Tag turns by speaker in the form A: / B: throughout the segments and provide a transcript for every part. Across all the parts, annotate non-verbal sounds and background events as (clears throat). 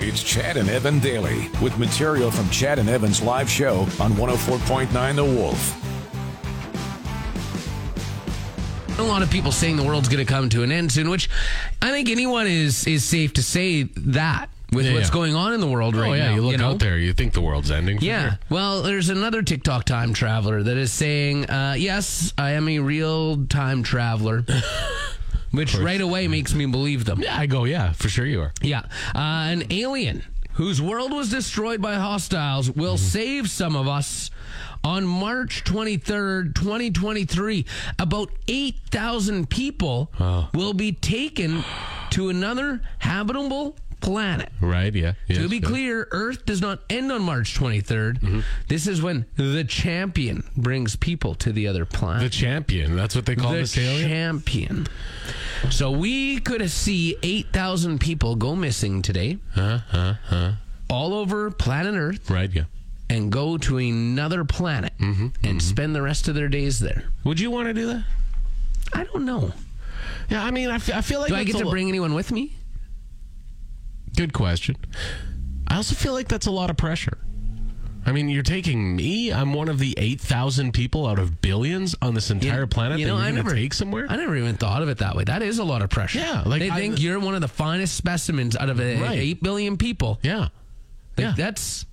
A: It's Chad and Evan Daily with material from Chad and Evan's live show on 104.9 The Wolf.
B: a lot of people saying the world's going to come to an end soon, which I think anyone is is safe to say that with
C: Yeah,
B: what's
C: yeah.
B: going on in the world right
C: oh yeah,
B: now.
C: you look
B: know?
C: out there, you think the world's ending. for
B: Yeah.
C: sure.
B: Well, there's another TikTok time traveler that is saying, uh, "Yes, I am a real time traveler," (laughs) which right away makes me believe them.
C: I go, yeah, for sure you are.
B: Yeah. Uh, an alien whose world was destroyed by hostiles will save some of us on March 23rd, 2023. About 8,000 people will be taken to another habitable planet.
C: Right? Yeah.
B: to be clear, Earth does not end on March 23rd. This is when the champion brings people to the other planet
C: the champion. That's what they call
B: the
C: this alien.
B: champion. So we could see 8,000 people go missing today
C: uh, uh, uh.
B: all over planet Earth
C: Right? Yeah.
B: and go to another planet
C: Mm-hmm,
B: and spend the rest of their days there.
C: Would you want to do that?
B: I don't know.
C: Yeah, I mean, I fe- I feel like
B: Do I
C: that's
B: get
C: a
B: to
C: lo-
B: bring anyone with me?
C: Good question. I also feel like that's a lot of pressure. I mean, you're taking me. I'm one of the eight thousand people out of billions on this entire planet that you're going to take somewhere.
B: I never even thought of it that way. That is a lot of pressure.
C: Yeah, like
B: they
C: I-
B: think you're one of the finest specimens out of uh,
C: Right.
B: eight billion people.
C: yeah,
B: Like,
C: yeah.
B: that's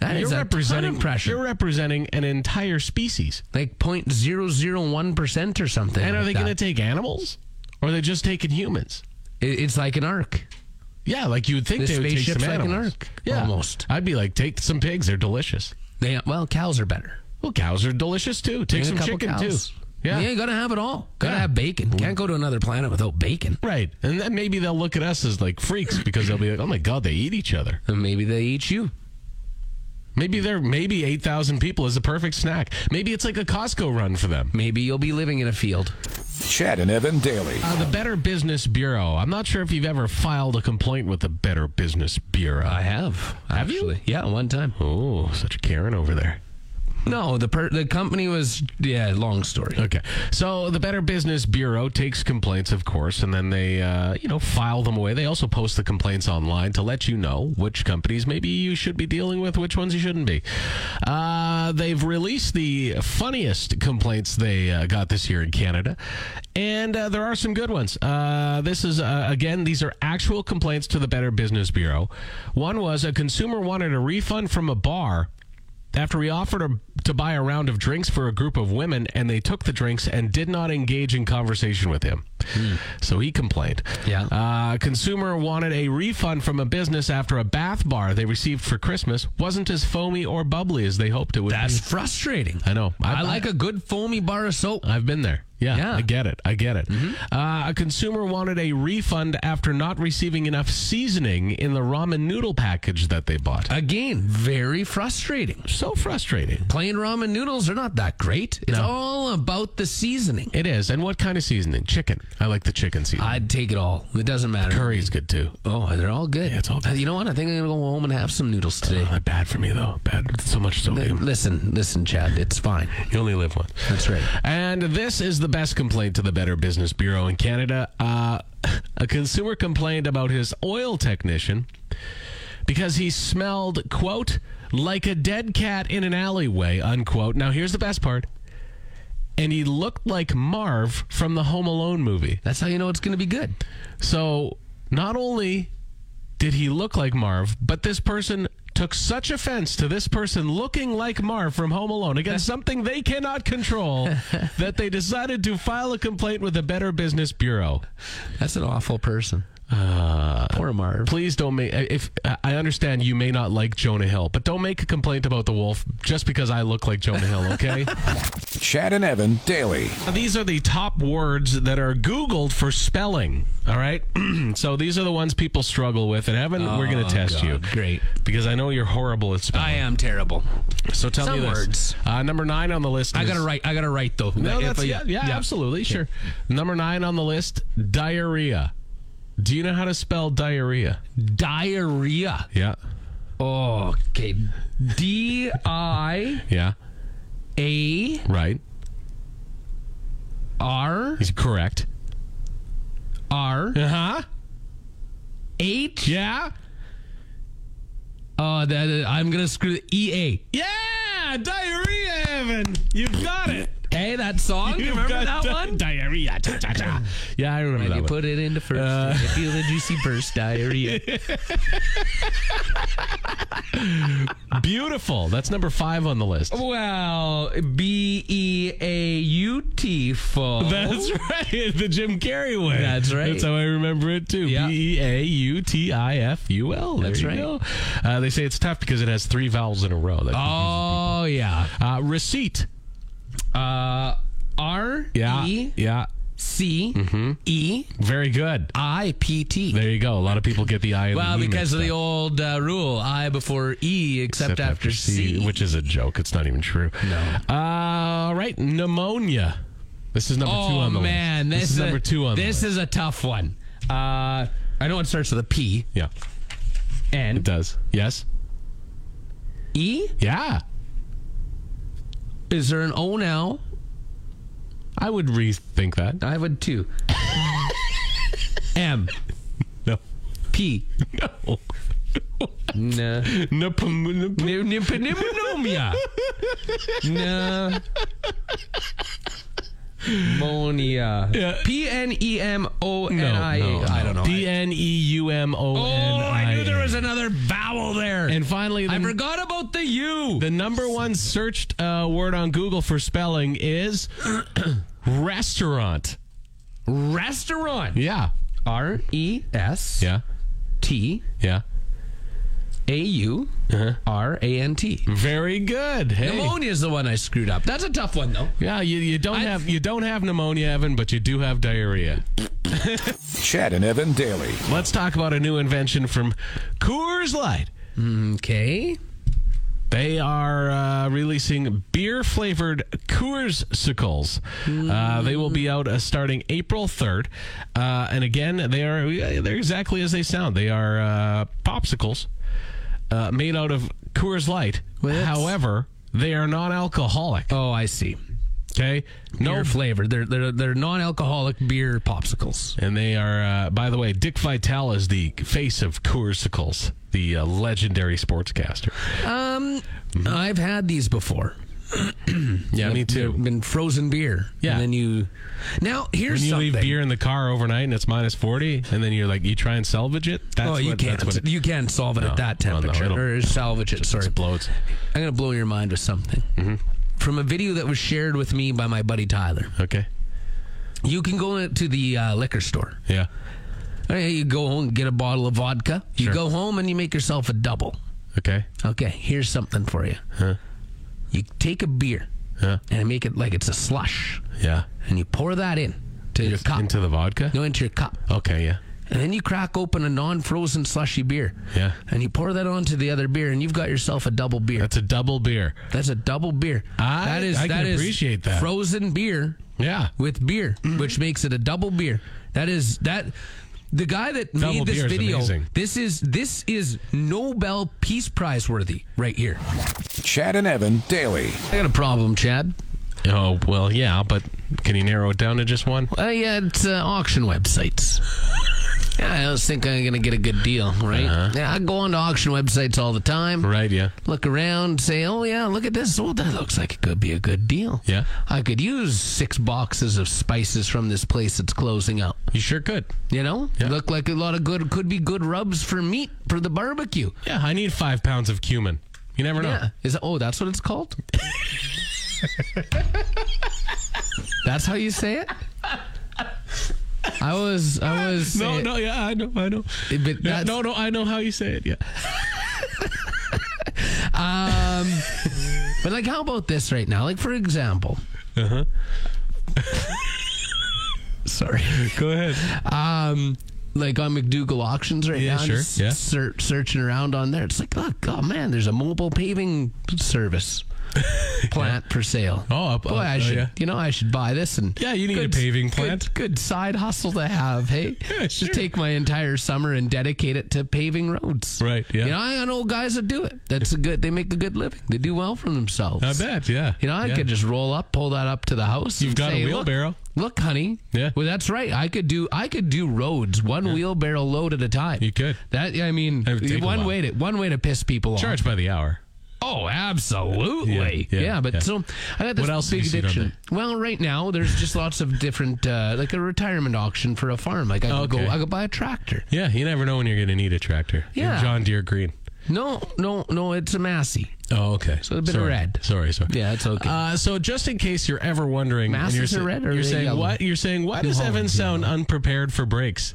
B: that is
C: you're
B: a ton of
C: representing
B: pressure.
C: You're representing an entire species.
B: like 0.001 percent or something.
C: And are
B: like
C: they
B: that.
C: going to take animals, or are they just taking humans?
B: It- It's like an arc.
C: Yeah, like you would think
B: This
C: they would take some
B: spaceship's like an
C: animals.
B: ark,
C: yeah,
B: almost.
C: I'd be like, take some pigs; they're delicious.
B: They well, cows are better.
C: Well, cows are delicious too. Take
B: Get a
C: some
B: couple
C: chicken
B: cows.
C: too.
B: Yeah.
C: Yeah,
B: you gotta have it all. Gotta
C: Yeah.
B: have bacon. Can't go to another planet without bacon.
C: right. And then maybe they'll look at us as like freaks because they'll be like, "Oh my god, they eat each other."
B: And maybe they eat you.
C: Maybe they're maybe eight thousand people is a perfect snack. Maybe it's like a Costco run for them.
B: Maybe you'll be living in a field.
A: Chad and Evan Daily.
C: Uh, the Better Business Bureau. I'm not sure if you've ever filed a complaint with the Better Business Bureau.
B: have.
C: Have you?
B: Actually. Yeah, one time.
C: oh, such a Karen over there.
B: No, the per- the company was yeah, long story.
C: Okay. So the Better Business Bureau takes complaints, of course, and then they, uh, you know, file them away. They also post the complaints online to let you know which companies maybe you should be dealing with, which ones you shouldn't be. Uh, they've released the funniest complaints they uh, got this year in Canada, and uh, there are some good ones. Uh, this is, uh, again, these are actual complaints to the Better Business Bureau. One was a consumer wanted a refund from a bar after we offered her to buy a round of drinks for a group of women and they took the drinks and did not engage in conversation with him so he complained
B: Yeah.
C: uh, consumer wanted a refund from a business after a bath bar they received for christmas wasn't as foamy or bubbly as they hoped it would
B: That's
C: be
B: frustrating.
C: i know
B: I like a good foamy bar of soap.
C: I've been there. Yeah,
B: Yeah. Mm-hmm.
C: I get it. I get it. Uh, a consumer wanted a refund after not receiving enough seasoning in the ramen noodle package that they bought.
B: Again, very frustrating.
C: So frustrating.
B: Plain ramen noodles are not that great. It's all about the seasoning.
C: It is. And what kind of seasoning? Chicken. I like the chicken seasoning.
B: I'd take it all. It doesn't matter.
C: Curry's good too.
B: Oh, they're all good.
C: it's all good.
B: Uh, You know what? I think I'm gonna go home and have some noodles today.
C: Uh, bad for me though. Bad. So much
B: L-
C: sodium.
B: Uh, Listen, listen, Chad. It's fine.
C: You only live once.
B: That's right.
C: And this is the best complaint to the Better Business Bureau in Canada. Uh, (laughs) a consumer complained about his oil technician because he smelled, quote, like a dead cat in an alleyway, unquote. Now, here's the best part. And he looked like Marv from the Home Alone movie.
B: That's how you know it's going to be good.
C: So not only did he look like Marv, but this person took such offense to this person looking like Marv from Home Alone against something they cannot control that they decided to file a complaint with the Better Business Bureau.
B: That's an awful person.
C: Uh,
B: Poor Marv.
C: please don't make. If I understand, you may not like Jonah Hill, but don't make a complaint about the wolf just because I look like Jonah Hill. Okay.
A: Chad and Evan daily.
C: Now, These are the top words that are Googled for spelling. All right. (clears throat) so these are the ones people struggle with. And Evan, we're going to test you.
B: Oh, great.
C: Because I know you're horrible at spelling.
B: I am terrible.
C: so tell
B: some
C: me this.
B: words.
C: Uh, number nine on the list.
B: I
C: is-
B: gotta write. I gotta write though.
C: No,
B: If
C: that's,
B: I-
C: yeah, yeah, absolutely. Sure. Number nine on the list diarrhea. Do you know how to spell diarrhea?
B: Diarrhea.
C: Yeah.
B: Oh, okay. D I
C: Yeah.
B: A
C: Right.
B: R
C: He's correct.
B: R
C: Uh huh.
B: H.
C: Yeah.
B: Oh, that I'm gonna screw the E A.
C: Yeah. Diarrhea, Evan. You've got it.
B: Hey, that song. You
C: You've
B: remember
C: got
B: that
C: di-
B: one?
C: (laughs) Diarrhea. Cha,
B: (clears throat)
C: cha, cha. yeah, I remember that
B: You
C: one.
B: put it into first. you feel the juicy burst (laughs) diarrhea.
C: Beautiful. That's number five on the list.
B: well, B E A U T full.
C: That's right. (laughs) The Jim Carrey way.
B: That's right.
C: That's how I remember it too.
B: Yeah.
C: B E A U T I F U L. There
B: That's
C: you
B: right.
C: go. Uh, they say it's tough because it has three vowels in a row. That-
B: Oh yeah.
C: Uh, receipt.
B: Uh, R
C: Yeah. Mm-hmm.
B: E
C: Yeah.
B: C E
C: Very good.
B: I P T.
C: There you go. A lot of people get the I. and
B: Well,
C: the E
B: because
C: mixed
B: of
C: up.
B: the old uh, rule, I before E, except, after, C.
C: which is a joke. It's not even true. No. Uh, all right. Pneumonia. This is number two
B: oh
C: on the
B: man,
C: list.
B: this,
C: is number
B: a,
C: two on the
B: This
C: list.
B: is a tough one. Uh, I know it starts with a P
C: yeah, it
B: and
C: does. Yes.
B: E.
C: Yeah.
B: Is there an O now?
C: I would rethink that.
B: I would
C: (laughs)
B: too. M
C: No.
B: P. No.
C: Nepom-
B: N- n- p- pneumonia. no. Monia. P N E M O N I. I don't know.
C: P N E U M O N.
B: oh, I knew there was another vowel there.
C: And finally, the,
B: I forgot about the U.
C: the number one searched uh, word on Google for spelling is (clears throat) restaurant.
B: restaurant.
C: Yeah.
B: R E S
C: Yeah.
B: T
C: Yeah.
B: A U R A N T.
C: Very good. Hey.
B: Pneumonia is the one I screwed up. That's a tough one though.
C: Yeah, you, you don't
B: I-
C: have you don't have pneumonia, Evan, but you do have diarrhea.
A: Chad and Evan daily.
C: Let's talk about a new invention from Coors Light.
B: Okay.
C: They are uh, releasing beer flavored Coors Sicles. Uh, they will be out uh, starting April 3rd. Uh, and again, they are they're exactly as they sound. They are uh, popsicles uh, made out of Coors Light.
B: Well, that's-
C: However, they are non alcoholic.
B: Oh, I see.
C: Okay?
B: Beer flavor. They're they're they're non-alcoholic beer popsicles.
C: And they are, uh, by the way, Dick Vitale is the face of Coorsicles, the uh, legendary sportscaster.
B: Um, I've had these before.
C: Yeah, me too.
B: Been frozen beer.
C: Yeah.
B: And then you. Now here's
C: When you
B: something.
C: leave beer in the car overnight and it's minus 40, and then you're like, you try and salvage it? That's
B: oh, you
C: what,
B: can't.
C: That's what it, (laughs)
B: you can't solve it at that
C: no, no,
B: temperature
C: it'll-
B: or salvage it. Sorry.
C: explodes. Mm-hmm.
B: I'm gonna blow your mind with something. From a video that was shared with me by my buddy Tyler.
C: Okay.
B: You can go to the uh, liquor store.
C: Yeah.
B: Uh, You go home and get a bottle of vodka. You go home and you make yourself a double.
C: Okay.
B: Okay, here's something for you. You take a beer
C: Huh?
B: and make it like it's a slush,
C: Yeah.
B: and you pour that in to your cup.
C: Into the vodka?
B: no, into your cup,
C: Okay, yeah.
B: and then you crack open a non-frozen slushy beer.
C: Yeah.
B: and you pour that onto the other beer, and you've got yourself a double beer. That's,
C: That's a double beer.
B: a double beer.
C: I-
B: that is
C: I can
B: that is
C: appreciate that.
B: frozen beer
C: Yeah. Mm-hmm.
B: with beer, which makes it a double beer. That is that. The guy that
C: Double
B: made this
C: beer is
B: video,
C: amazing.
B: this is this is Nobel Peace Prize worthy right here.
A: Chad and Evan daily.
B: I got a problem, Chad.
C: Oh, well, yeah, but can you narrow it down to just one?
B: Uh, yeah, it's uh, auction
C: (laughs)
B: websites. Yeah, I always think I'm gonna get a good deal, right?
C: Uh-huh.
B: Yeah, I go onto auction websites all the time.
C: Right, yeah.
B: Look around, say, "Oh yeah, look at this. Well, that looks like it could be a good deal.
C: Yeah.
B: I could use six boxes of spices from this place that's closing up.
C: You sure could.
B: You know,
C: Yeah.
B: look like a lot of good could be good rubs for meat for the barbecue.
C: Yeah, I need five pounds of cumin. You never know.
B: Yeah, is that, oh that's what it's
C: (laughs)
B: called? that's how you say it. I was, I was.
C: No,
B: saying-
C: no, yeah, I know, I know.
B: But
C: Yeah,
B: that's-
C: no, no, I know how you say it. Yeah.
B: Um, but like, how about this right now? Like, for example.
C: Uh-huh. (laughs)
B: Sorry.
C: Go ahead.
B: Um, like on McDougal auctions right
C: Yeah,
B: now, I'm
C: sure,
B: just
C: yeah.
B: ser- searching around on there. It's like, oh, oh man, there's a mobile paving
C: (laughs)
B: service plant for sale.
C: Oh, up-
B: boy,
C: up-
B: I
C: oh,
B: should,
C: yeah.
B: you know, I should buy this and
C: Yeah, you need a
B: good-
C: paving
B: good-
C: plant.
B: Good, side hustle to have, hey.
C: (laughs) Yeah, sure.
B: Just take my entire summer and dedicate it to paving roads.
C: Right, yeah.
B: You know, I know guys that do it. That's a good. They make a good living. They do well for themselves.
C: I bet. Yeah.
B: You know, I
C: yeah.
B: could just roll up, pull that up to the house.
C: You've
B: and
C: got a
B: say, "Look,
C: wheelbarrow."
B: Look, honey.
C: Yeah.
B: Well, that's right. I could do I could do roads one wheelbarrow load at a time.
C: You could.
B: That I mean,
C: That would take a
B: one
C: while.
B: way to one way to piss people
C: charge
B: off.
C: by the hour.
B: Oh, absolutely.
C: Yeah,
B: Yeah.
C: yeah,
B: but
C: yeah.
B: so I got this
C: What else have
B: big
C: you seen on
B: addiction. Well, right now there's just lots of different uh, like a retirement auction for a farm. Like I could
C: Okay.
B: go, I could buy a tractor.
C: Yeah, you never know when you're going to need a tractor. Your
B: Yeah.
C: John Deere Green.
B: No, no, no. It's a Massey.
C: Oh, okay. So
B: a bit of
C: sorry.
B: red.
C: Sorry, sorry.
B: Yeah, it's okay.
C: Uh, so just in case you're ever wondering, and
B: Masses
C: you're,
B: are
C: sa-
B: red or
C: you're
B: they
C: saying
B: yellow?
C: what? You're saying why
B: New
C: does Evan
B: Holland's
C: sound unprepared for breaks?